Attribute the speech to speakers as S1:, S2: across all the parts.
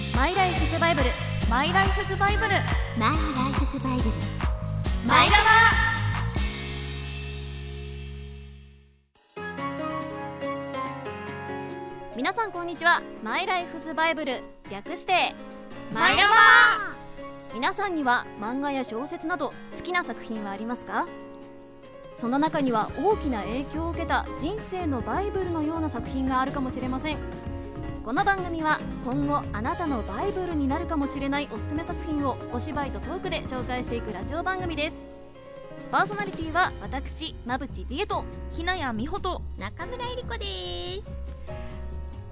S1: バイブルマイライフズバイブル
S2: マイライフズバイブル
S1: マイラバ皆さんこんにちはマイライフズバイブル略してマイラバ皆さんには漫画や小説など好きな作品はありますかその中には大きな影響を受けた人生のバイブルのような作品があるかもしれませんこの番組は今後あなたのバイブルになるかもしれないおすすめ作品をお芝居とトークで紹介していくラジオ番組ですパーソナリティは私馬淵理恵と
S3: ひなやみほと
S2: 中村えり子です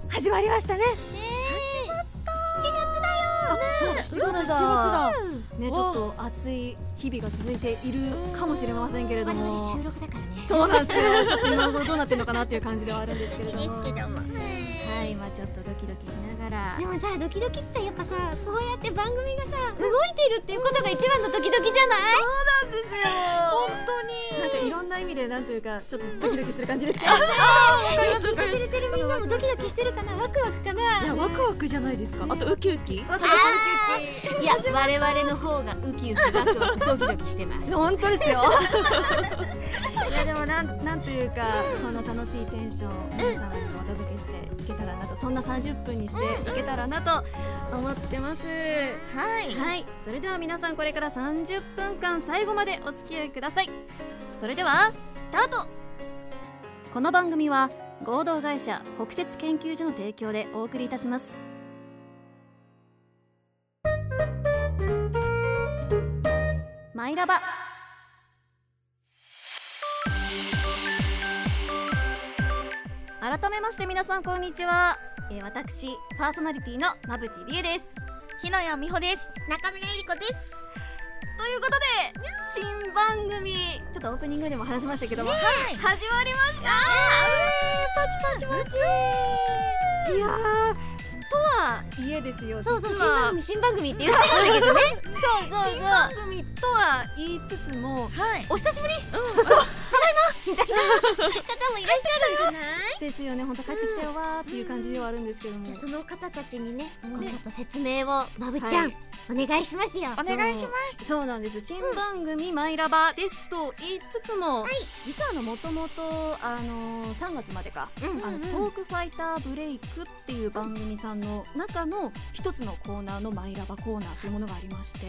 S1: 始まりましたね
S2: ねえ七月だよ
S1: そうだ7
S3: そうだ
S1: 月
S3: 7月だ
S1: だねちょっと暑い日々が続いているかもしれませんけれど
S2: 我々
S1: も
S2: 収録だからね
S1: そうなんですよちょっと今頃どうなってるのかなっていう感じではあるんですけれども
S2: ですけども
S1: はいまあちょっとドキドキしながら
S2: でもさドキドキってやっぱさこうやって番組がさ動いてるっていうことが一番のドキドキじゃない
S1: そうなんですよ本当になんかいろんな意味でなんというかちょっとドキドキしてる感じですけど
S2: 聞いてくれてるみんなもドキドキしてるかなワクワクかない
S3: やワクワクじゃないですかあとウキウキ
S2: いや我々の方がウキウキワクワクドキドキしてます
S1: 本当ですよ いやでもなんなんというかこの楽しいテンションを皆様にお届けしていけたらなとそんな30分にしていけたらなと思ってます
S3: はい
S1: はいそれでは皆さんこれから30分間最後までお付き合いくださいそれではスタートこの番組は合同会社北節研究所の提供でお送りいたしますマイラバ改めまして皆さんこんにちは、えー私パーソナリティの馬淵理恵です
S3: ひなやみほです
S2: 中村えり子です
S1: ということで新番組ちょっとオープニングでも話しましたけども、はい始まりましたパチパチパチいやーとはいえですよ
S2: そうそう
S1: 実
S2: 新番
S1: は
S2: 組新番組って言ってるんだけどねそうそう
S1: 新番組とは言いつつも
S3: はい
S2: お久しぶり、そうただいまみたいな方もいらっしゃるんじゃない
S1: ですよね本当帰ってきたよわーっていう感じではあるんですけども、
S2: じゃあその方たちにね、
S1: うん
S2: こうちょっと説明をまぶちゃ
S1: は
S2: ん、
S1: い
S2: お願いしますよ。
S3: お願いします
S1: そうなんです新番組「マイラバ」ですと言いつつも、実はあのもともとあの3月までか
S2: す。うん
S1: あのトークファイターブレイクっていう番組さんの中の一つのコーナーのマイラバコーナーというものがありまして、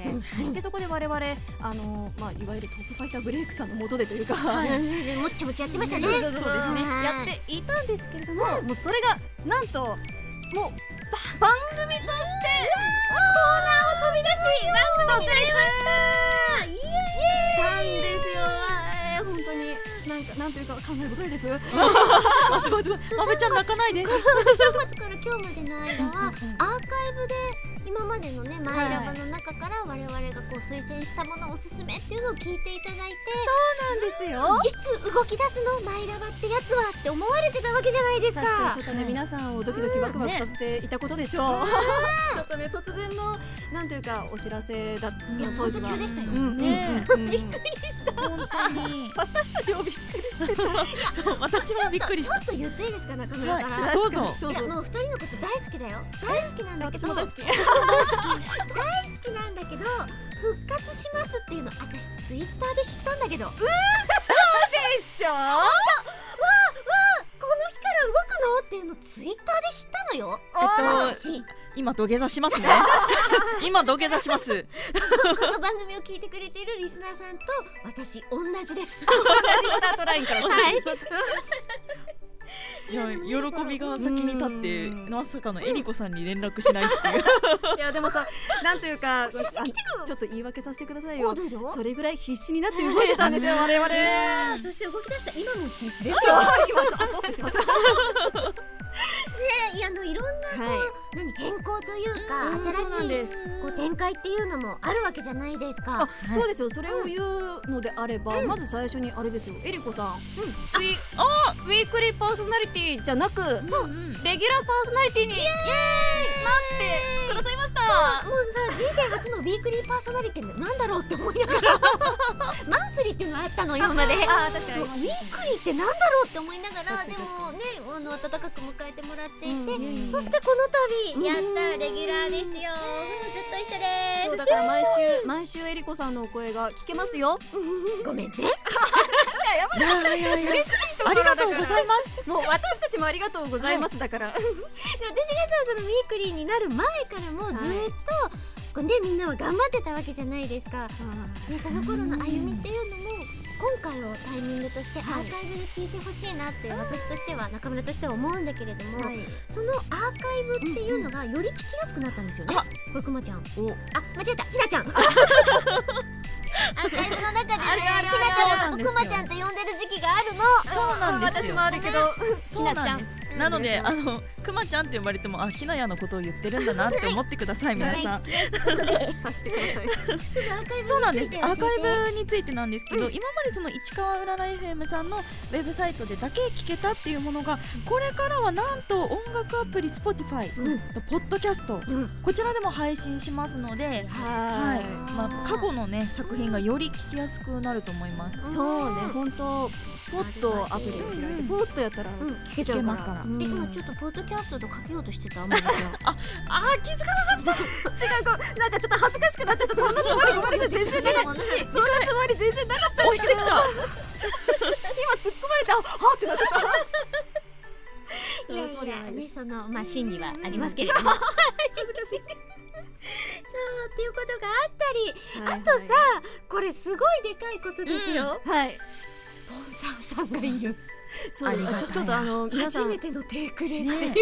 S1: でそこで我々あのあまあいわゆるトークファイターブレイクさんのもとでというか、
S2: うんもっちゃもっちゃやってましたね。
S1: そうそうそうそうですね
S2: はい
S1: やっていたんですけれども、もうそれがなんともうば番組としてコーナーを飛び出し番組になりましたしたんですよはい本当になんかなんというか感慨深いですよ
S3: あすごいすごいまめちゃん泣かな いで
S2: 3月から今日までの間は、アーカイブで今までのね、マイラバの中から我々がこう推薦したものおすすめっていうのを聞いていただい
S1: なんですよ
S2: て、いつ動き出すのマイラバってやつはって思われてたわけじゃないですか。
S1: 確かにちょっとね、皆さんをドキドキワクワクさせていたことでしょう。 ちょっとね突然のなんというかお知らせだった
S2: いや
S1: 当時は
S2: 本当。でしたよ。
S1: うんうんうん
S3: ね
S1: うん
S2: びっくりした。
S3: 本当に
S1: 私たちもびっくりしてた。
S3: そう私もびっくりし
S2: ちょっと言っていいですか中村から。
S3: はいどうぞ
S1: ど
S2: いうや
S1: ぞ。
S2: もう二人のこと大好きだよ。大好きなんだけ
S1: 私
S2: ど。
S1: も大好き。
S2: 大好きなんだけど復活しますっていうの私ツイッターで知ったんだけどうわこの
S1: しょ。
S2: 日から動くのっていうのツイッターで知ったのよ
S3: えっ と
S2: 私
S3: 今土下座しますね今土下座します
S2: この番組を聞いてくれているリスナーさんと私同じです
S1: スタートラインから。
S2: はい
S3: いや喜びが先に立って
S1: うん
S3: まさかのえりこさんに連絡しないっていう
S1: いやでもさ、なんというか、あ
S2: 知らせ来て
S1: のちょっと言い訳させてください
S2: お
S1: よ
S2: ど。うぞ
S1: それぐらい必死になって動いてたんですよ我々。
S2: あそして動き出した今も必死
S1: そ
S2: です
S1: う今ちょっとアップアップし ます。
S2: ねいやあのいろんな
S1: はい。
S2: 何変更というか
S1: うんそうなん
S2: 新しい
S1: です
S2: こう展開っていうのもあるわけじゃないですか
S1: あ、そうですよ。それを言うのであれば、まず最初にあれですよ。えりこさん、ウィあウィークリーパーソナリティじゃなく、レギュラーパ
S3: うんうん
S1: ーソナリティになってくださいました。
S2: もうさ人生初のウィークリーパーソナリティってなんだろうって思いな がらマンスリーっていうのがあったの今までもう
S1: あー、確か
S2: ウィー
S1: に。
S2: クリーってなんだろうって思いながら
S1: 確
S2: で
S1: かに
S2: もねあの温かく迎えてもらっていて、
S1: うんうんうん
S2: そしてこの度やったレギュラーですよ、ふうちゃ
S1: だから毎週毎週えりこさんのお声が聞けますよ。ごめんね。
S3: いやいやいや
S1: 嬉しいとこ
S3: あ
S1: ろだ
S3: りが
S1: か
S3: とう
S1: ら
S3: ございます
S1: もう私たちもありがとうございますだから。
S2: 私がさそのミークリーになる前からもずっと、こうねみんなは頑張ってたわけじゃないですか、ね、その頃の歩みっていうのも今回をタイミングとしてアーカイブで聞いてほしいなって私としては中村としては思うんだけれども、
S1: い。
S2: そのアーカイブっていうのがより聞きやすくなったんですよね。
S3: あ
S2: これくまちゃん。
S3: お
S2: あ、間違えた。ひなちゃん。 アーカイブの中でね、ひな
S3: あるあるある
S2: ちゃんのこと
S3: そう
S2: くま
S3: なんですよ
S2: ちゃんと呼んでる時期があるの。
S3: そうなんです
S1: 私
S3: よ
S1: もあるけど、ひなちゃん。
S2: うん
S3: なのであのくまちゃんって呼ばれてもあひなやのことを言ってるんだなって思ってください皆さ
S1: さ
S3: ん
S1: してください。
S2: アーカイブ
S3: そうなんです
S2: について
S3: ア
S2: 教え
S3: ー
S2: て
S3: カイブについてなんですけど、今までその市川うらら FM さんのウェブサイトでだけ聞けたっていうものがこれからはなんと音楽アプリ Spotify
S1: うん
S3: とポッドキャスト、
S1: ん
S3: こちらでも配信しますので、はい
S1: は
S3: まあ、過去のね作品がより聞きやすくなると思います。
S1: い。そうね本当ポッとアプリを開いてポッとやったら
S2: ん
S1: 聞けちゃう
S3: 聞けます
S1: か
S3: からら。
S1: うん
S2: え、今ちょっとポッドキャストとかけようとしてた。まりちゃん
S3: あー気づかな
S1: 違うこうなんかちょっと恥ずかしくなっちゃったそんなつもりごめんなさい全然なかったそんなつもり全然なかった
S3: い押してきた
S1: 今突っ込まれたあはあってなっちゃった
S2: い
S1: そうそうでは
S2: や
S1: ない
S2: や
S1: で
S2: ね
S1: す、
S2: そのまあ心理はありますけれども。 恥ずかしい。さあ、っていうことがあ
S1: あ
S2: ったり、とさ、これすごいでかいことですよ。
S1: はい
S2: スポンサーさんがいる。
S1: そう
S3: ありがたい
S1: ちょちょっとあの皆さ
S2: 初
S1: ん
S2: めての手くれ。
S3: ね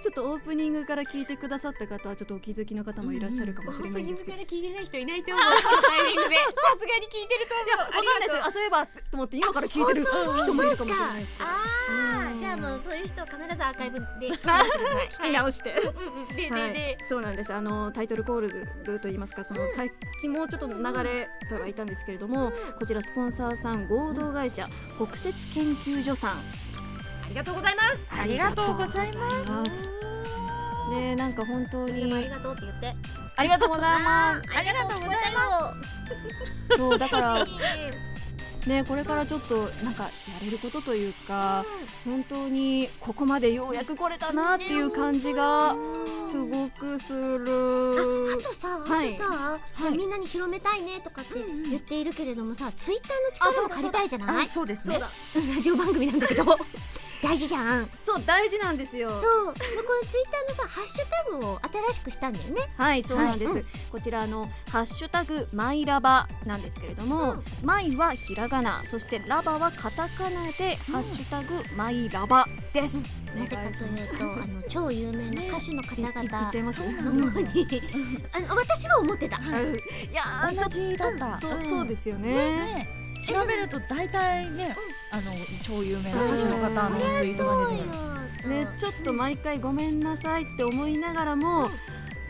S1: ちょっとオープニングから聞いてくださった方はちょっとお気づきの方もいらっしゃるか
S2: オ
S1: もしれ
S2: ー
S1: な
S2: プ
S1: いん
S2: ニン
S1: で
S2: グ
S1: すけ
S2: か
S1: ど。
S2: ら聞いてない人いないと思う。こ のタイミングで。さすがに聞いてると思う。
S1: わかんないですよ。あそういえばと思って今から聞いてる人もいるかもしれないですけど。
S2: あ
S1: う
S2: あ
S1: ん
S2: じゃあもうそういう人は必ずアーカイブ で聞いてください
S1: 聞き直して。
S2: うんうんででで、
S1: はい、そうなんですあのタイトルコールといいますかその、最近もうちょっと流れとがいたんですけれども、こちらスポンサーさん合同会社、国設研究所さん
S2: ありがとうございます
S3: ありがとうございます
S1: ますねなんか本当
S2: でもあり
S1: に
S2: がとうって言って
S1: ありがとうございま
S2: ありがとうございます
S1: そうだから
S2: すいいね
S1: ねこれからちょっとなんかやれることというか本当にここまでようやく来れたなっていう感じがすごくす
S2: あ
S1: る
S2: とさ、
S1: はい
S2: あとさ、
S1: はい
S2: みんなに広めたいねとかって言っているけれどもさ、ツイッターの
S1: あそ
S2: 力
S1: うだ
S2: も借りたいじゃな
S3: あ
S2: い
S3: そうですね
S1: そうだ
S2: うんラジオ番組なんだ けど大事じゃん
S1: そう大事なんですよ
S2: そう、まあ、このツイッターのさハッシュタグを新しくしたんだよね
S1: はいそうなんです、
S2: は
S1: こちらあのハッシュタグマイラバなんですけれども、マイはひらがなそしてラバはカタカナで、ハッシュタグマイラバです、
S2: なぜかというとあの超有名な歌手の方
S1: いいっ
S2: 々
S1: ちゃいます、
S2: の方にあの私は思ってた
S1: いやーちょ
S3: 同
S1: っ
S3: じだった、
S1: とそうそうですよね、
S3: ね調べると大体ね、あの超有名な歌手の方のツイートが出てくる
S2: そうよ
S1: ね、ちょっと毎回ごめんなさいって思いながらも、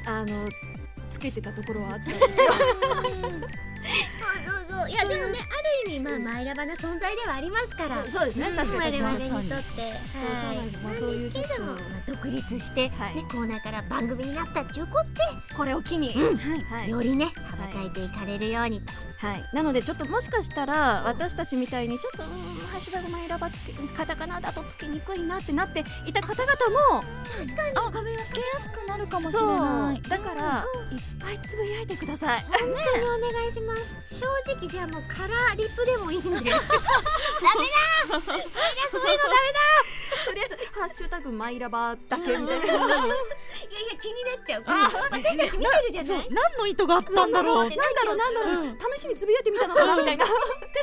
S1: あのつけてたところはあったんですよ
S2: そうそうそういやでもねある意味まあマイラバな存在ではありますから
S1: そうですね確
S2: 我
S1: に
S2: 々
S1: 確か
S2: に
S1: に
S2: と
S1: そ
S2: っ
S1: う
S2: て
S1: そうなんですまあそういうちょっ
S2: でもま
S1: と
S2: あ独立して、
S1: はい
S2: ね、コーナーから番組になったっちゅうこって、
S1: これを機に、はいはい
S2: よりね羽ばたいていかれるようにと、
S1: はい、なのでちょっともしかしたら私たちみたいにちょっとうーんハッシュタグマイラバつけカタカナだとつけにくいなってなっていた方々も
S2: 確かに
S3: あつけやすくなるかもしれ
S1: そ
S3: な
S1: うだからいっぱいつぶやいてください
S2: 本当にお願いします正直じゃあもうカラーリップでもいい んでダメだそういうのダメだ
S1: とりあえず「ハッシュタグマイラバ」だけみたいな
S2: いやいや気になっちゃうから私たち見てるじゃ
S3: いそ
S2: な
S3: う
S2: い
S3: 何の意図があったんだろ
S1: な
S3: う
S1: んだろうなんだろう、試しにつぶやいてみたのかなみたいな テ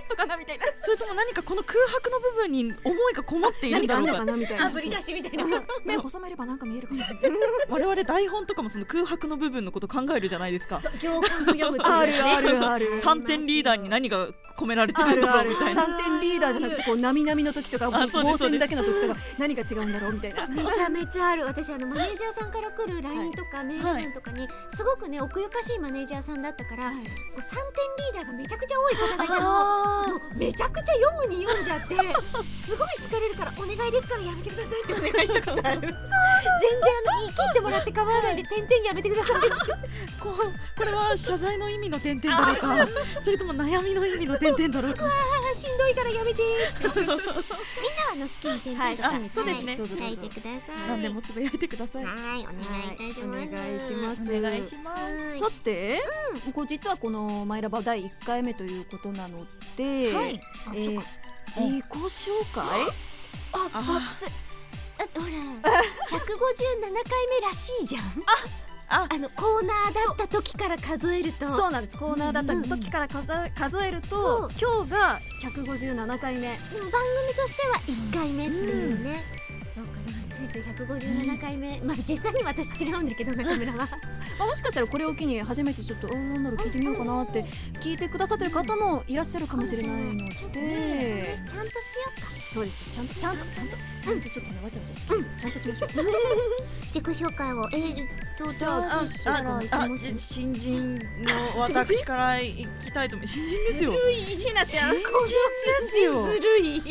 S1: ストかなみたいな
S3: それとも何かこの空白の部分に思いがこもっているん
S1: 何か
S3: だ
S1: あん
S3: ろ
S1: の
S3: う
S1: かな
S3: か
S1: みたいな
S2: 炙り出しみたいな
S1: 目細めればなんか見えるかもしれない
S3: 我々台本とかもその空白の部分のこと考えるじゃないですか
S2: そう行間を読むっていうね
S1: あるあるある
S3: 三点リーダーに何が込められて
S1: あ
S3: るん
S1: る
S3: だ
S1: あ
S3: ろう
S1: る
S3: みたいな
S1: 三点リーダーじゃなくてこう波々の時とか
S3: あそうで
S1: 防
S3: すそう
S1: 線
S3: です
S1: だけの時とか何が違うんだろうみたいな
S2: めちゃめちゃある私あのマネージャーさんから来る LINE とかメールなんとかにすごくね奥ゆかしいマネージャーさんだったからこう3点リーダーがめちゃくちゃ多い方が いたの。もうめちゃくちゃ読むに読んじゃってすごい疲れるからお願いですからやめてくださいっ てお願いしたことある全然あの言い切ってもらって構わないんで点々やめてください
S3: ここれは謝罪の意味の点々だろうかそれとも悩みの意味の点々だろうか
S2: あんしんどいからやめてみんなはあの好きに検
S1: はい
S2: 索して
S1: 好き
S3: あそうですね
S1: どうぞどうぞ
S2: 書いてくださ
S3: 何
S2: い
S3: でもつぶやいてください。
S2: はーいお願いいたします、
S1: はいお願いします
S3: お願いします。
S2: はい
S1: さて、こう実はこの「マイラバ」第1回目ということなので、
S3: はい
S1: えー自己紹介
S2: あ
S3: あ
S2: バツあほら157回目らしいじゃん
S3: あ
S2: あのコーナーだった時から数えると
S1: そうなんですコーナーだった時から数,、数えると、
S2: うん
S1: 今日が157回目
S2: でも番組としては1回目っていうね、そうかなついつい157回目、まあ実際に私違うんだけど中村は
S1: まあ、もしかしたらこれを機に初めてちょっとあーなんだろう聞いてみようかなって聞いてくださってる方もいらっしゃるかもしれないの
S2: ちょっとね
S1: で
S2: ちゃんとしようか
S1: そうですちゃんとちゃんとちゃんとちゃんとちょっとねわちゃわちゃしてきてちゃんとしましょう
S2: 自己紹介をえー、っとじ
S1: ゃあ
S2: ゃあどうしようかな
S3: ああじゃあ新人の私から行きたいと思います。新人ですよ。
S1: ひなちゃん
S3: ですよ
S2: ずる い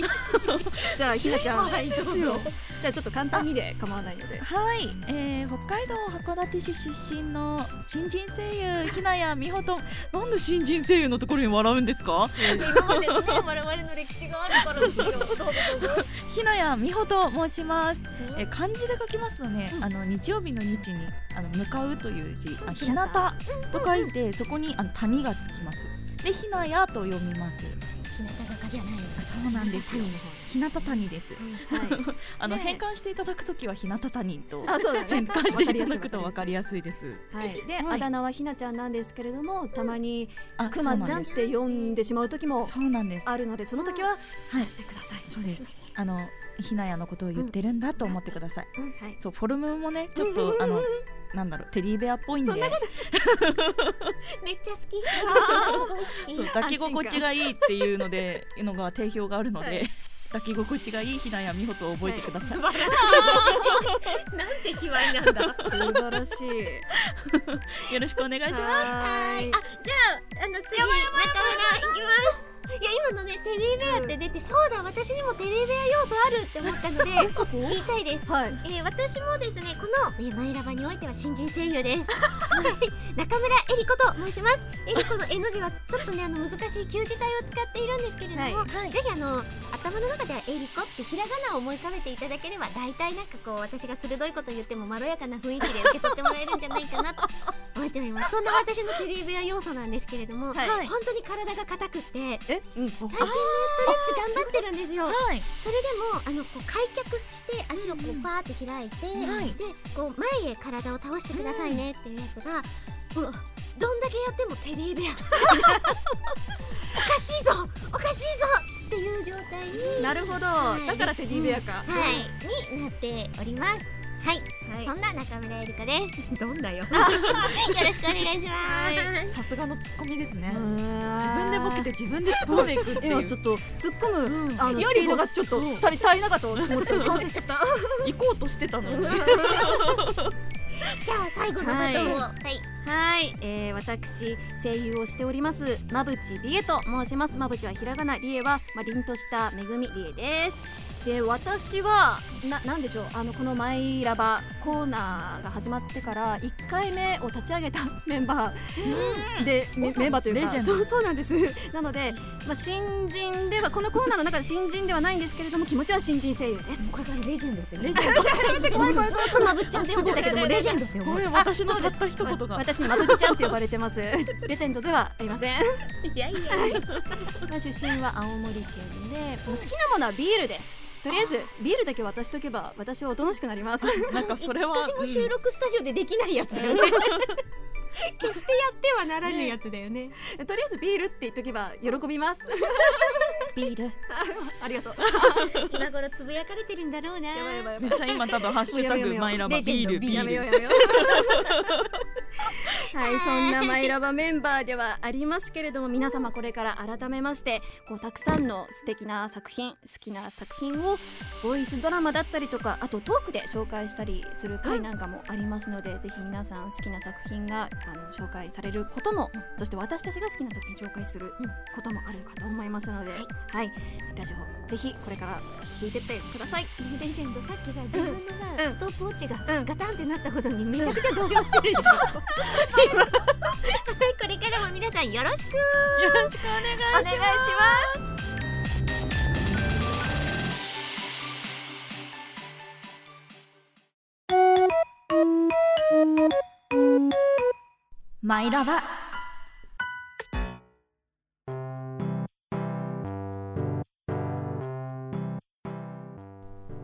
S1: じゃあひなちゃん
S2: はいどうぞ
S1: じゃあちょっと簡単にで構わないので
S3: はい、えー、北海道函館市出身の新人声優ひなやみほとんなんで新人声優のところに笑うんですか
S2: 今までのね我々の歴史があるからですよどうぞどうぞ
S3: ひなやみほと申します、えー、漢字で書きますとね、あの日曜日の日にあの向かうという字あ
S1: 日
S3: 日
S1: 向
S3: 向と書いてそこにあの谷がつきますでひなやと読みます
S2: 日向坂じゃないの
S3: あそうなんですよ
S2: 谷の方
S3: 日向谷です
S1: はい
S3: あの、
S1: ねえ
S3: 変換していただくときは日向谷と
S1: あそうだね
S3: 変換していただくとわかりやすいです
S1: はい、で、
S3: はい
S1: あだ名はひなちゃんなんですけれどもたまに
S3: あ
S1: くまちゃんって呼んでしまう時も
S3: そうなんです
S1: あるのでその時は察してください、
S3: そうですあのひなやのことを言ってるんだと思ってください、
S1: はい、
S3: そうフォルムもねちょっとあのなんだろうテディベアっぽいんで
S1: そんなこ
S2: めっちゃ好きすごい好き
S3: そう抱き心地がいいっていうのでいうのが定評があるので、
S1: はい
S3: 抱き心地がいいひなやみほとを覚えてください、
S2: なんて卑猥 なんだ
S1: 素晴らしい
S3: よろしくお願いします
S1: は
S2: は
S1: ー
S2: い
S1: い
S2: あじゃああの次中村いきますいや今のねテディベアって出て、そうだ私にもテディベア要素あるって思った ので言いたいです、
S1: はい
S2: えー、私もですねこの、えー、マイラバにおいては新人声優 です、はい、中村えりこと申しますえりこの N の字はちょっとねあの難しい旧字体を使っているんですけれども、
S1: はい
S3: はい
S2: ぜひあの頭の中ではえりこってひらがなを思い浮かべていただければ大体なんかこう私が鋭いこと言ってもまろやかな雰囲気で受け取ってもらえるんじゃないかなと思っておりますそんな私のテディベア要素なんですけれども、
S1: はい
S3: はい
S2: 本当に体が硬くって
S1: え、うん、
S2: 最近ねストレッチ頑張ってるんですよ
S3: はい
S2: それでもあのこう開脚して足をこうパーって開いて、
S3: はい
S2: でこう前へ体を倒してくださいねっていうやつが、もうどんだけやってもテディベア おかしいぞおかしいぞっていう状態に
S1: なるほど、
S2: い
S1: だからテディベアか、
S2: はい、になっております。はい、
S1: はい
S2: そんな中村えりかです。どん なよ。よろしくお願いします。
S3: さすがのツッコミですね
S1: うーん
S3: 自分でボケて自分で突っ込んでいくって
S1: い
S3: い
S1: や
S3: う
S1: ちょっと突っ込む、
S3: うん
S1: あの
S3: よ
S1: ス
S3: り
S1: ピードがちょっと
S3: そう
S1: 足り足りなかったと思って反省しちゃった
S3: 行こうとしてたのにね
S2: じゃあ最後のバトンを。はい。
S1: はい、えー、私声優をしておりますまぶちりえと申しますまぶちはひらがなりえはまあ凛としためぐみりえですで私はななんでしょうあのこの「マイラバ」コーナーが始まってから1回目を立ち上げた メンバーで、メメンバーという
S3: レジェ
S1: か
S3: ンド
S1: そうそうなんですなので、まあ、新人ではこのコーナーの中で新人ではないんですけれども気持ちは新人声優です
S2: これからレジェンドって。
S3: レジェンド
S2: もうずっとまぶっちゃんって呼んでたけどもレジェンドって呼
S3: ご
S2: ぶ。
S3: めん
S1: あ
S3: 私の
S1: そう
S3: た
S1: で
S3: っ
S1: す
S3: た一言
S1: わ
S3: が
S1: 私まぶっちゃんって呼ばれてますレジェンドではありません
S2: いやいや。
S1: まあ、出身は青森県で、まあ好きなものはビールです。とりあえずビールだけ渡しとけば私はおとなしくなります。
S3: なんかそれは
S2: でも収録スタジオでできないやつだよね。 決してやってはならぬやつだよね。
S1: とりあえずビールって言っとけば喜びます。ビール。ありがとう。
S2: 今頃つぶやかれてるんだろうな。
S1: やばいやばいやば
S3: めっちゃ今多分ハッシュタグマイラバビール
S1: い。
S3: ビ
S1: や
S3: ー
S1: めよう
S3: ル
S1: や めよう。はい、そんなマイラバメンバーではありますけれども、皆様これから改めまして、こうたくさんの素敵な作品、好きな作品をボイスドラマだったりとか、あとトークで紹介したりする回なんかもありますので、ぜひ皆さん好きな作品があの紹介されることも、そして私たちが好きな作品紹介することもあるかと思いますので、
S2: はい
S1: はい、ラジオぜひこれから聞いてってください。
S2: レジェンドさっきさ自分のさ、
S1: うん
S2: ストップウォッチが
S1: うん
S2: ガタンってなったことにめちゃくちゃ動揺してるじゃん、今はいこれからも皆さんよろしく
S3: よろしくお願いします
S1: お願いします。
S3: マイラバ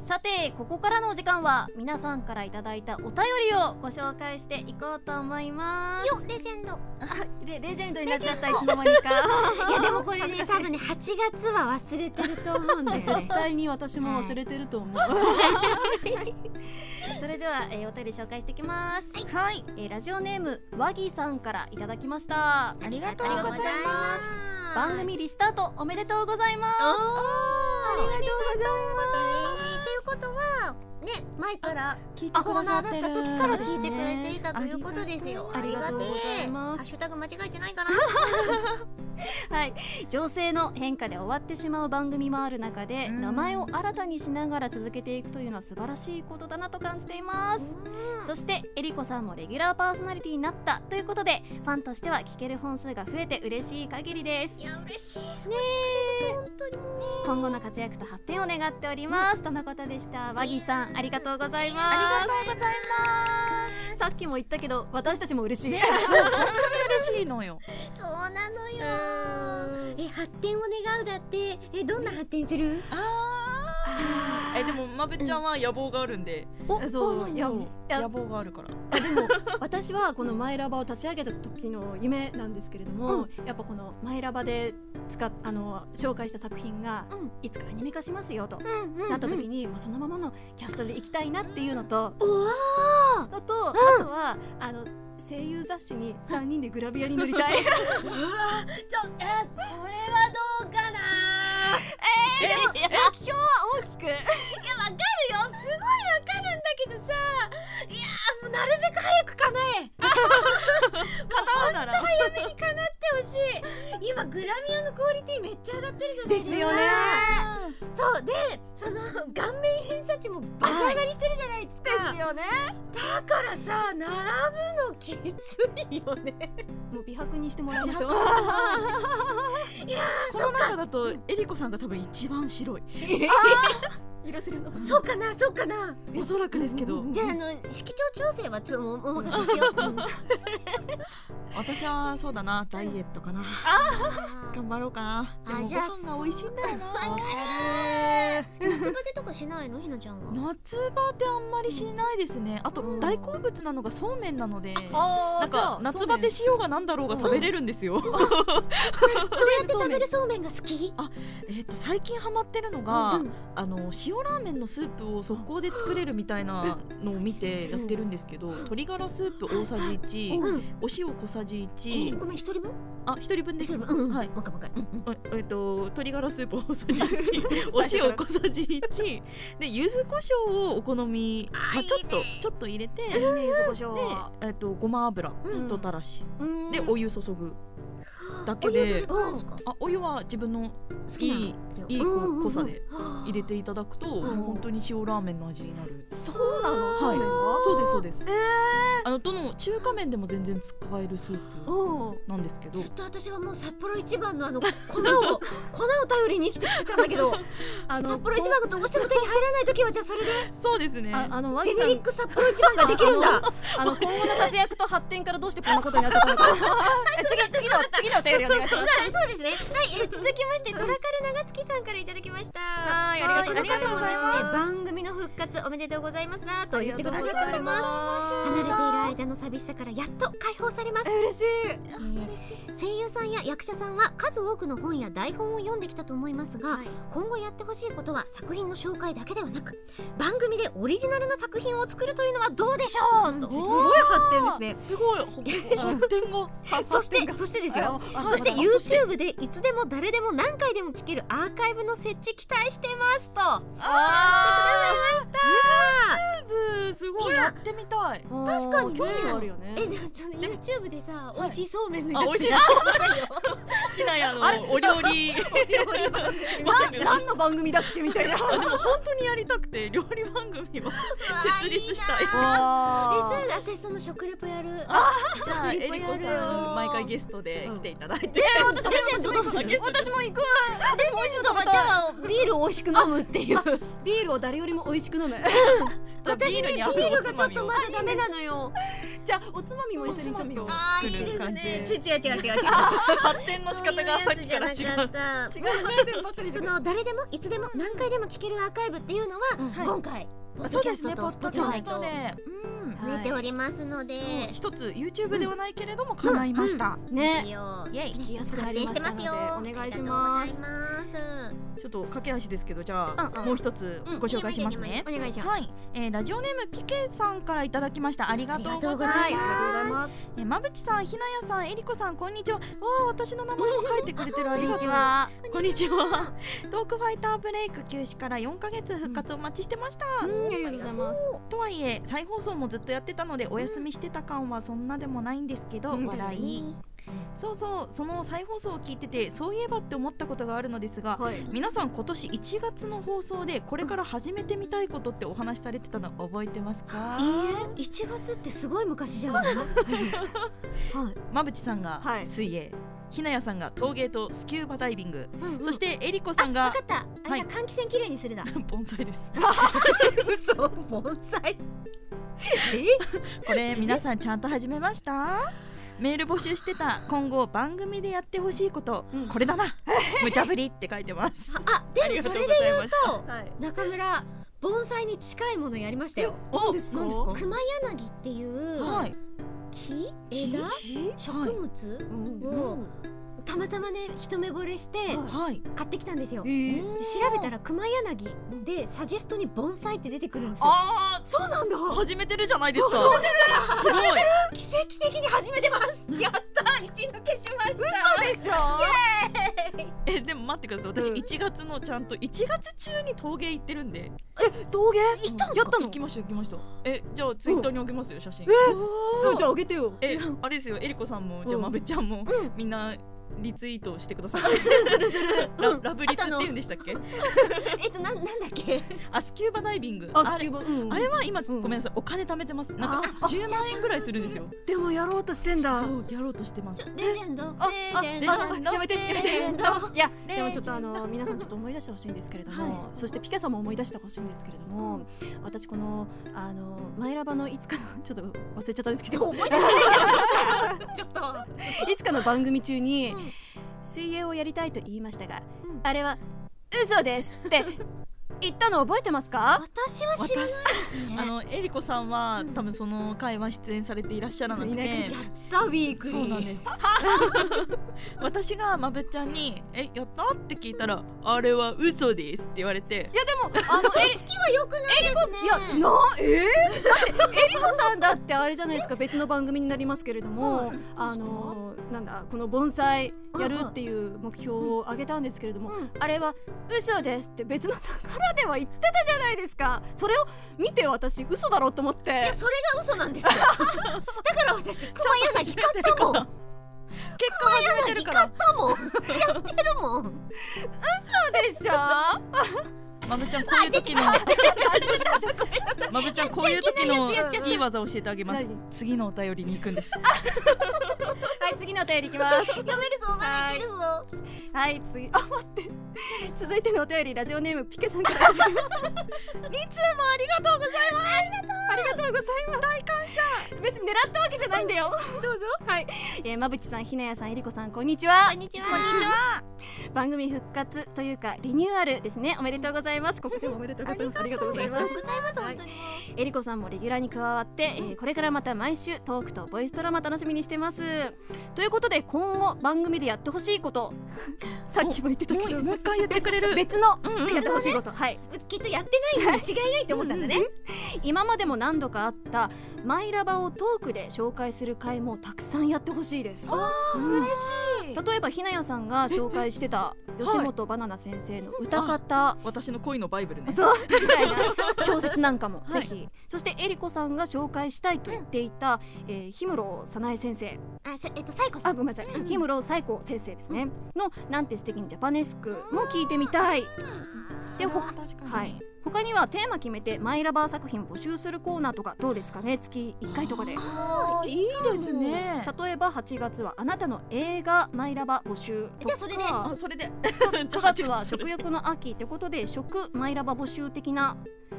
S1: さてここからのお時間は皆さんからいただいたお便りをご紹介していこうと思います
S2: よレジェンド
S1: レレジェンドになっちゃったいつの間に か
S2: いやでもこれ
S1: 恥ずか
S2: ね
S1: しい
S2: 多分ね8月は忘れてると思うんだよ
S1: 絶
S2: ね
S1: 対に私も忘れてると思う、 それでは、えーお便り紹介していきます、
S3: はい
S1: えーラジオネーム和木さんからいただきました
S3: ありがとう
S1: あ
S3: ご
S1: り
S3: ざ
S1: がとう
S3: いま
S1: ご
S3: す
S1: ざいます番組リスタートおめでとうございま
S2: お
S1: す
S2: ーありがとうございますということはね前から
S3: 聞いて
S2: あ
S3: く
S2: コー
S3: ださ
S2: ナーだ
S3: って
S2: っ
S3: る
S2: た時から聞いてくれていたということですよ。
S1: ありがとうございます
S2: ハッシュタグ間違えてないかな。
S1: はい、情勢の変化で終わってしまう番組もある中で、
S3: うん
S1: 名前を新たにしながら続けていくというのは素晴らしいことだなと感じています、そしてえりこさんもレギュラーパーソナリティになったということでファンとしては聞ける本数が増えて嬉しい限りです
S2: いや嬉しい。
S1: ねえ今後の活躍と発展を願っております、とのことでした和木さんありがとうございます
S3: ありがとうござい
S1: ますさっきも言ったけど私たちも嬉しい、
S3: 嬉しいのよ
S2: そうなのよ。え発展を願うだってえどんな発展する？
S3: あーえでもまぶちゃんは野望があるんで、
S2: お
S1: そういや
S3: そう
S1: いや
S3: 野望があるから
S1: 私はこの「マイラバ」を立ち上げた時の夢なんですけれども、やっぱこの「マイラバ」で使っあの紹介した作品が
S2: うん
S1: いつかアニメ化しますよと、
S2: うんうん
S1: なった時にもうそのままのキャストでいきたいなっていうのと、
S2: おお
S1: のと、あとはあの声優雑誌に3人でグラビアに乗りたい
S2: ちょえそれはどうかな。
S3: えでも
S2: いや
S1: 目標は大きく
S2: いやわかるよすごいわかるんだけどさいやーもうなるべく早く叶え
S3: 片方なら
S2: 早めに叶ってほしい今グラミアのクオリティめっちゃ上がってるじゃない
S1: ですよね
S2: そうでその顔面偏差値もバカ上がりしてるじゃないです
S1: で
S2: か、
S1: すよね
S2: だからさ並ぶのきついよね
S1: もう美白にしてもらいましょう
S3: この中だとえりこさんが多分一番白い
S1: 色するの
S2: そうかなそうかな
S3: おそらくですけど
S2: じゃああの色調調整はちょっともお任せしよう
S3: 私はそうだなダイエットかな
S2: あー
S3: 頑張ろうかなでも
S2: あ
S3: ご
S2: じゃあ
S3: 飯が美味しいんだよな
S2: 夏バテとかしない のひなちゃんは
S3: 夏バテあんまりしないですねあと
S2: うん
S3: 大好物なのがそうめんなので
S1: あ
S3: な
S1: ー
S3: ん
S1: じゃ
S3: か
S1: あ
S3: 夏バテしようがなんだろうが食べれるんですよ
S2: どうやって食べるそうめんが好き
S3: えっと最近ハマってるのが、あの塩ラーメンのスープを速攻で作れるみたいなのを見てやってるんですけど鶏ガラスープ大さじ1、
S2: うんうん
S3: お塩小さじ
S2: え
S3: 1、
S2: ごめん一人分
S3: あ一人分です、
S2: 一人分うんうん
S3: はい
S2: もう一回もう一回
S3: おえっと鶏ガラスープ大さじ1お塩小さじ1で柚子胡椒をお好み、
S2: あー
S3: まあ、ちょっと
S2: いいね
S3: ちょっと入れて
S1: いいね柚子胡椒
S3: で、えっとごま油
S1: うん
S3: とたらし、
S1: うん
S3: でお湯注ぐだけ
S2: お湯ど
S3: で
S2: れくらいですか
S3: あお湯は自分の
S2: 好
S3: い
S2: きなの
S3: いいい
S2: うんうんうん
S3: 濃さで入れていただくと、
S2: ん
S3: 本当に塩ラーメンの味になる、
S1: そうなの
S3: はいそうですそうです、
S1: え
S3: あのどの中華麺でも全然使えるスープ
S1: おう
S3: なんですけど
S2: ずっと私はもう札幌一番のあの粉を粉を頼りに生きてきてたんだけど
S1: あ
S2: 札幌一番がどうしても手に入らない時はじゃあそれで
S3: そうですね
S1: ああのワ
S2: ジ
S1: ギ
S2: ェ
S1: さ
S2: ネリッ
S1: ん
S2: ク札幌一番ができるんだ
S1: あの今後の活躍と発展からどうしてこんなことになっちゃったのかえ次次の次のお便りお願いします
S2: はい そうですねはいえー続きましてトラカル長月さんからいただきました
S1: はいありがとうございます
S2: す番組の復活おめでとうございますなと言ってくださっております離れている
S1: ま
S2: 間の寂しさからやっと解放されます
S1: 嬉しい
S2: えー声優さんや役者さんは数多くの本や台本を読んできたと思いますが、
S1: はい
S2: 今後やってほしいことは作品の紹介だけではなく番組でオリジナルな作品を作るというのはどうでしょうと
S1: すごい発展です
S3: すごいほ発展が
S2: そしてそしてですよ
S1: あ
S2: そして
S1: あ
S2: YouTube でいつでも誰でも何回でも聞けるアーカイブの設置期待してますと
S1: あ
S3: うんすごいやってみたい
S1: ー
S2: 確かにね
S1: 興味があるよね
S2: えでもその YouTube でさ美味しいそうめんの
S3: あ美
S2: やつ
S3: 味しい好きなやのお料理番組
S1: 何の番組だっけみたいな
S3: あでも本当にやりたくて料理番組を設立したい
S2: え
S1: わ
S2: そう私その食レポやる
S3: じゃあえ
S2: 食レ
S3: りこ
S2: ポや
S3: さ
S2: るよ
S3: ん毎回ゲストで来ていただいて、
S1: え私も
S2: レジェンドどうする
S1: 私も私も行く私も美味しいの食べ
S2: じ
S1: たい
S2: ゃあビールを美味しく飲むっていう
S1: ビールを誰よりも美味しく飲む
S3: じゃあビ
S2: 私
S3: ール
S2: ねビ
S3: に合う
S2: ール
S3: お
S2: が
S3: つ
S2: ちょ
S3: ま
S2: っ
S3: みを
S2: とまだダメなのよ。
S4: じゃあおつまみも一緒にちょっと
S3: おつまみを
S2: あーいい
S3: 作
S2: で
S3: る
S2: す
S3: 感じ
S2: ね。ち違う違う違う違う。
S3: 発展の仕方がさっきから違う
S2: そういうやつじゃなかった
S4: 違う発展ばっかりで
S2: その誰でもいつでも何回でも聞けるアーカイブっていうのは、
S3: はい
S2: 今回ポッド
S3: そう
S2: キ
S3: で
S2: ャス
S3: すね
S2: ト
S3: ポッ
S2: とスポ
S3: ドキャ
S2: チファ
S3: ス
S2: イ
S3: ト
S2: と
S3: でうん
S2: 増えておりますので、
S3: 一つ YouTube ではないけれども叶いました、
S1: ね
S2: いいよ
S1: イエイ聞きやすくなりましたのでお願いし
S2: あ
S1: ま
S2: りが
S1: す
S2: とうございます。
S3: ちょっと駆け足ですけどじゃあ、
S1: うんうん
S3: もう一つご紹介しますね、
S1: お願いしま
S3: は
S1: す
S3: い、えーラジオネームピケさんからいただきましたありがとうございます
S1: はいありがとうございます
S3: えーまぶちさんひなやさんえりこさんこんにちはわあ私の名前も書いてくれてるあ
S1: こ
S3: り
S1: ん
S3: が
S1: に
S3: と
S1: ち
S3: う
S1: は
S3: こんにちはトークファイターブレイク休止から4ヶ月復活お待ちしてました、
S1: うんありがとうございます
S3: とはいえ再放送もずっとやってたのでお休みしてた感はそんなでもないんですけど、
S1: うん
S3: 笑いそうそうその再放送を聞いててそういえばって思ったことがあるのですが
S1: はい
S3: 皆さん今年1月の放送でこれから始めてみたいことってお話しされてたの覚えてますか
S2: ええ一月ってすごい昔じゃ ない？はい。
S3: まぶちさんが
S1: はい
S3: 水泳、ひなやさんが陶芸とスキューバダイビング、
S2: うんうん
S3: そしてえりこさん
S2: わ
S3: が
S2: かった。あ
S3: は
S2: れ
S3: い
S2: だ換気扇きれいにするだ。
S3: 盆栽です
S2: 嘘盆 栽。
S3: これ皆さんちゃんと始めましたメール募集してた今後番組でやってほしいこと、
S1: うん
S3: これだな無茶ぶりって書いてます
S2: あ
S3: あ
S2: で
S3: り
S2: も
S3: がと
S2: そうれ
S3: ご
S2: で
S3: ざいました
S2: と
S1: はい
S2: 中村盆栽に近いものやりましたよ。
S3: お
S4: 何ですか
S3: 何です
S2: 熊柳っていう
S3: かはい
S2: 木枝植物
S4: うん
S2: をたまたまね一目惚れして
S3: はい
S2: 買ってきたんですよ。
S4: え
S2: で
S4: ー
S2: 調べたら熊柳でサジェストに盆栽って出てくるんですよ。
S3: あ
S4: そうなんだ
S3: ー始めてるじゃないですか
S4: そう
S3: すごい
S2: 奇跡的に始めてます。やったー、一抜けしました。
S4: でしょ
S3: えでも待ってください私
S4: うん
S3: 1月のちゃんと1月中に陶芸行ってるんで
S4: え陶芸
S3: 行った
S4: のやったの
S3: 行きました行きましたえじゃあツイッターにあげますよ写真
S4: うんじゃああげてよ
S3: えあれですよえりこさんもじゃあ
S4: うん
S3: まぶちゃんもみんなリツイートしてください
S2: するするする。
S3: ラ
S2: うん
S3: ラブリツって言うんでしたっけ
S2: えっとなんなんだっけ。
S3: あスキューバダイビング
S4: あ
S3: あ
S4: スキュ
S3: れ
S4: ーバうん
S3: あれは今
S4: ん
S3: ごめんなさいお金貯めてますなんか
S4: あ
S3: 10万円ぐらいするんですよ
S4: でもやろうとしてんだ
S3: そうやろうとしてます
S2: ちょレジェンド、レジェンド、
S3: あ
S1: やめてやめ
S2: レジェ
S1: て
S2: ンド。
S1: いやでもちょっとあの皆さんちょっと思い出してほしいんですけれども、
S3: は
S1: そしてピケさんも思い出してほしいんですけれども私このあのマイラバのいつかのちょっと忘れちゃったんですけど
S2: ちょっと。
S1: いつかの番組中に
S2: うん
S1: 水泳をやりたいと言いましたが、
S2: うん
S1: あれは嘘ですって言ったの覚えてますか
S2: 私は知らないですね。
S3: あのえりこさんは
S2: うん
S3: 多分その会話出演されていらっしゃらなく
S1: いな
S3: て
S1: い
S2: やったウィークリ
S3: そうなん
S2: ー。
S3: です私がまぶっちゃんに「えやった?」って聞いたら「あれは嘘です」って言われて
S1: いやでもあのえり
S2: 好きは良くないですね。
S1: いやなえー、だってえりこさんだってあれじゃないですか別の番組になりますけれどもあのなんだこの盆栽やるっていう目標を挙げたんですけれども、
S2: うん
S1: あれは嘘ですって別の宝では言ってたじゃないですかそれを見て私嘘だろうと思っ
S2: い
S1: て
S2: やそれが嘘なんですよ。だから私熊柳買ったもん。
S3: 結果始めてる
S2: 柳
S3: か
S2: 買っ
S3: ら
S2: たもん。やってるもん。
S1: でし ょ
S3: まぶちゃんこういう時のまぶちゃんこういう時の
S1: やっちゃった
S3: いい技を教えてあげます
S1: 何
S3: 次のお便りに行くんです
S1: はい次のお便りいきます
S2: 読めるぞ、まだいけるぞ。
S1: はい次あ待って続いてのお便りラジオネームピケさんからいただきましたいつもありがとうございますありがとうございます大感謝別に狙ったわけじゃないんだよどうぞはい、えー、まぶちさんひなやさんえりこさんこんにちは
S2: こんにちは。
S1: 番組復活というかリニューアルですねおめでとうございますここでもおめでとうございますありがとうござい
S2: あ
S1: ま
S2: り
S1: す
S2: がとうございます。
S1: はい
S2: 本当にも
S1: えりこさんもレギュラーに加わって、えーこれからまた毎週トークとボイスドラマ楽しみにしてますということで今後番組でやってほしいことさっきも言ってた
S3: も
S1: け
S3: う
S1: ど
S3: もう一回言ってくれる
S1: 別の
S3: うんうん
S1: やってほしいこと、はい、
S2: う。きっとやってないに違いないって思ったんだね。
S1: 今までも何度かあったマイラバをトークで紹介する回もたくさんやってほしいですうん
S2: 嬉しい
S1: 例えばひなやさんが紹介してた吉本ばなな先生の歌方
S3: 私の恋のバイブルね
S1: そうみたいな小説なんか も、ぜ
S3: はい
S1: ひそしてえりこさんが紹介したいと言っていた、えー氷室早苗先生
S2: あ、さえっと、サイコさ
S1: あ
S2: ん。
S1: ごめんなさい氷室冴子先生ですね、の「なんて素敵にジャパネスク」も聞いてみたいでほ
S3: 確かに
S1: はい他にはテーマ決めてマイラバー作品募集するコーナーとかどうですかね月1回とかで
S2: あー
S3: いいですね
S1: 例えば8月はあなたの映画マイラバ募集とか
S2: じゃあそれで
S3: あそれで
S1: 9月は食
S3: 欲
S1: 欲の秋ってことで食マイラバ募集的な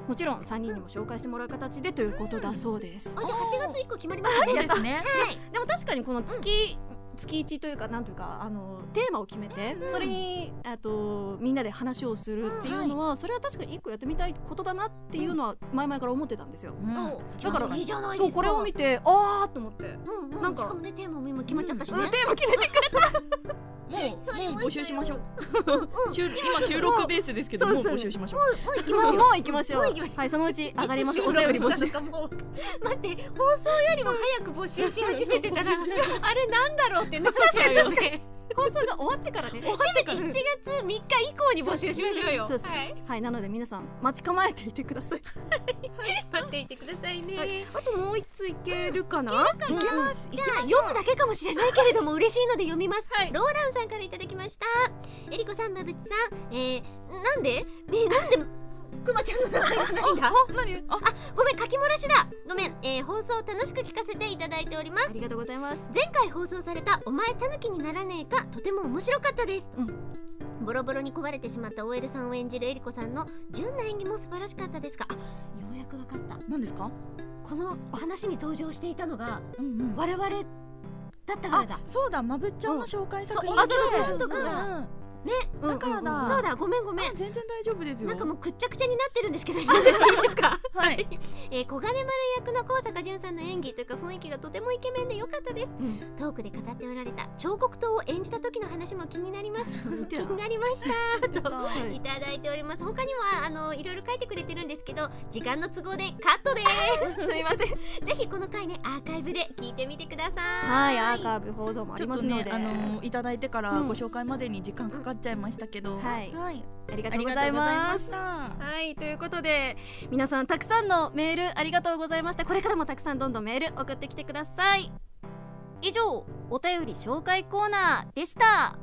S1: もちろん3人にも紹介してもらう形でということだそうです
S2: あじゃあ8月1個決まりました
S3: そう
S2: ね
S3: ですね。
S1: でも確かにこの月、月1というかなんというかあのテーマを決めて、
S3: うん
S1: それにあとみんなで話をするっていうのは、それは確かに一個やってみたいことだなっていうのは前々から思ってたんですよ。
S3: うん
S2: お
S1: だから
S2: いいじゃない
S1: そ
S2: で
S1: う
S2: すか
S1: これを見てああと思って、
S2: うんうん
S1: なんか
S2: しかもねテーマも今決まっちゃったしね
S1: うんテーマ決めて
S3: もうもう募集しましょう。
S2: うんうん
S3: 収今収録ベースですけど
S1: そう
S3: もう
S1: そう
S3: 募集しましょう。
S2: もう行き
S1: も
S2: ま
S1: う
S2: すよ
S1: もう行きましょう
S2: もう行きましょう
S1: はいそのうち上がります
S2: いつ
S1: お
S2: 収
S1: 便
S2: 録
S1: り
S2: した
S1: 募
S2: の
S1: 集
S2: かもう待って放送よりも早く募集し始めて たらあれなんだろうってなっちゃうよね
S1: 放送が終わってからね
S2: せめて7月3日以降に募集しましょうよ
S1: そうです
S2: はい
S1: はいなので皆さん待ち構えていてください
S2: 待っていてくださいね、
S1: はいあともう一ついけるかな、
S2: いけますじゃあ読むだけかもしれないけれども嬉しいので読みます、ローランさんからいただきましたえりこさんまぶちさんえー、なんでえなんでくまちゃんの名前がないんだ
S3: あ何？あ
S2: ごめん書き漏らしだごめん、えー、放送を楽しく聞かせていただいております
S1: ありがとうございます
S2: 前回放送された「お前たぬきにならねえか」とても面白かったです、
S1: う
S2: ボロボロに壊れてしまった OL さんを演じるえりこさんの純な演技も素晴らしかったですがあようやくわかった
S3: 何ですか？
S2: この話に登場していたのが
S3: うんうん。
S2: 我々だったから
S3: あ
S2: だ
S3: そうだまぶっちゃんの紹介作品
S2: そうあそう
S1: だ
S3: で
S2: そうだそうだ
S3: んうん
S1: だ
S3: からだ
S2: そうだごめんごめん
S3: 全然大丈夫ですよ。
S2: なんかもうくっちゃくちゃになってるんで すけどいいですか
S3: はい。
S2: えー、小金丸役の高坂淳さんの演技というか雰囲気がとてもイケメンで良かったです、
S1: うん
S2: トークで語っておられた彫刻刀を演じた時の話も気にな ります気
S1: 似てた
S2: になりましたと
S1: はい
S2: ただいております他にもあのいろいろ書いてくれてるんですけど時間の都合でカットです すみませんぜひこの回ねアーカイブで聞いてみてください
S1: はい、アーカイブ放送もあり
S3: ちょっ
S1: ま
S3: と
S1: すの
S3: ね
S1: で、
S3: あのいただいてから
S1: うん
S3: ご紹介までに時間かかっちゃいましたけど。
S1: はい
S3: はい。
S1: あり
S3: あ
S1: がとうございます。
S3: りがとうございま
S1: はい、ということで皆さんたくさんのメールありがとうございました。これからもたくさんどんどんメール送ってきてください。以上、お便り紹介コーナーでした。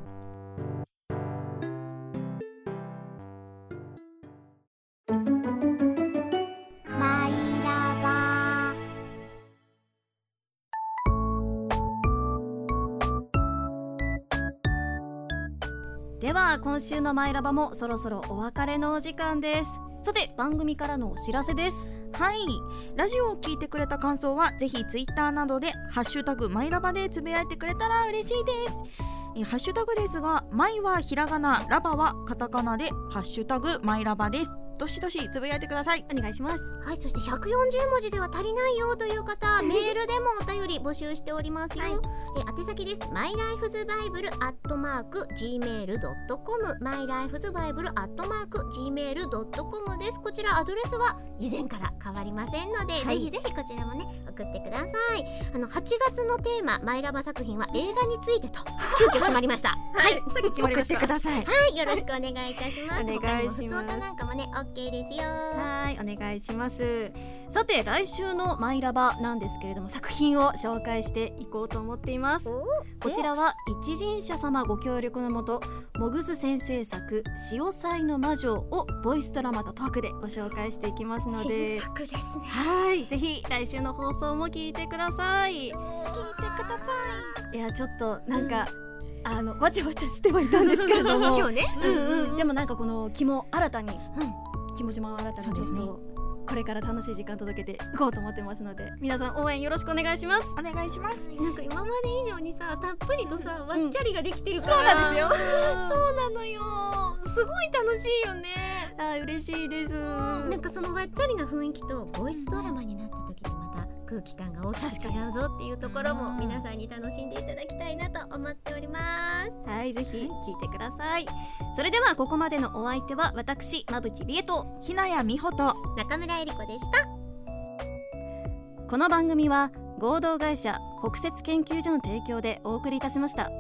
S2: マイラバ
S1: では今週のマイラバもそろそろお別れのお時間です。さて番組からのお知らせです。
S3: はいラジオを聞いてくれた感想はぜひツイッターなどで「ハッシュタグマイラバ」でつぶやいてくれたら嬉しいですえハッシュタグですが「マイ」はひらがな「ラバ」はカタカナで「ハッシュタグマイラバ」ですどしどしつぶやいてください
S1: お願いします。
S2: はいそして140文字では足りないよとい う方メールでもお便り募集しておりますよ、
S1: はい
S2: え宛先です mylifesbible.gmail.com mylifesbible.gmail.com ですこちらアドレスは以前から変わりませんので、
S1: はい
S2: ぜひぜひこちらもね送ってくださいあの8月のテーママイラバ作品は映画についてと急遽決まりまし たは
S1: はい、さっき決まりました。
S3: ださい
S2: いよろしくお願いいたします
S1: お願いします
S2: 他にも普通歌なんかもね OK ですよ
S1: はい、お願いします。さて来週のマイラバなんですけれども作品を紹介していこうと思っています。
S2: お
S1: こちらは一人者様ご協力のもとモグズ先生作「潮騒の魔女」をボイスドラマとトークでご紹介していきますの
S2: 新
S1: で
S2: 作ですね
S1: はいぜひ来週の放送も聞いてくださいい
S2: 聞いてくださ
S1: やちょっとなんか、あのわちゃわちゃしてはいたんですけれども
S2: 今日ね、
S1: うんうん、でもなんかこの気も新たに、気持ちも新たにちょっ
S3: そう
S1: と、
S3: ですね
S1: これから楽しい時間届けていこうと思ってますので皆さん応援よろしくお願いします
S3: お願いします
S2: なんか今まで以上にさたっぷりとさわ
S1: ん
S2: っちゃりができてるから、
S1: そうなんですよ
S2: そうなのよすごい楽しいよね
S1: あー嬉しいです
S2: なんかそのわっちゃりな雰囲気とボイスドラマになった時にまた空気感が大きく違うぞっていうところ
S3: う
S2: も
S3: ん
S2: 皆さんに楽しんでいただきたいなと思っております
S1: はい、ぜひ聞いてください。それではここまでのお相手は私、まぶちりえと。
S3: ひなやみほと
S2: 中村えり子でした
S1: この番組は合同会社北雪研究所の提供でお送りいたしました。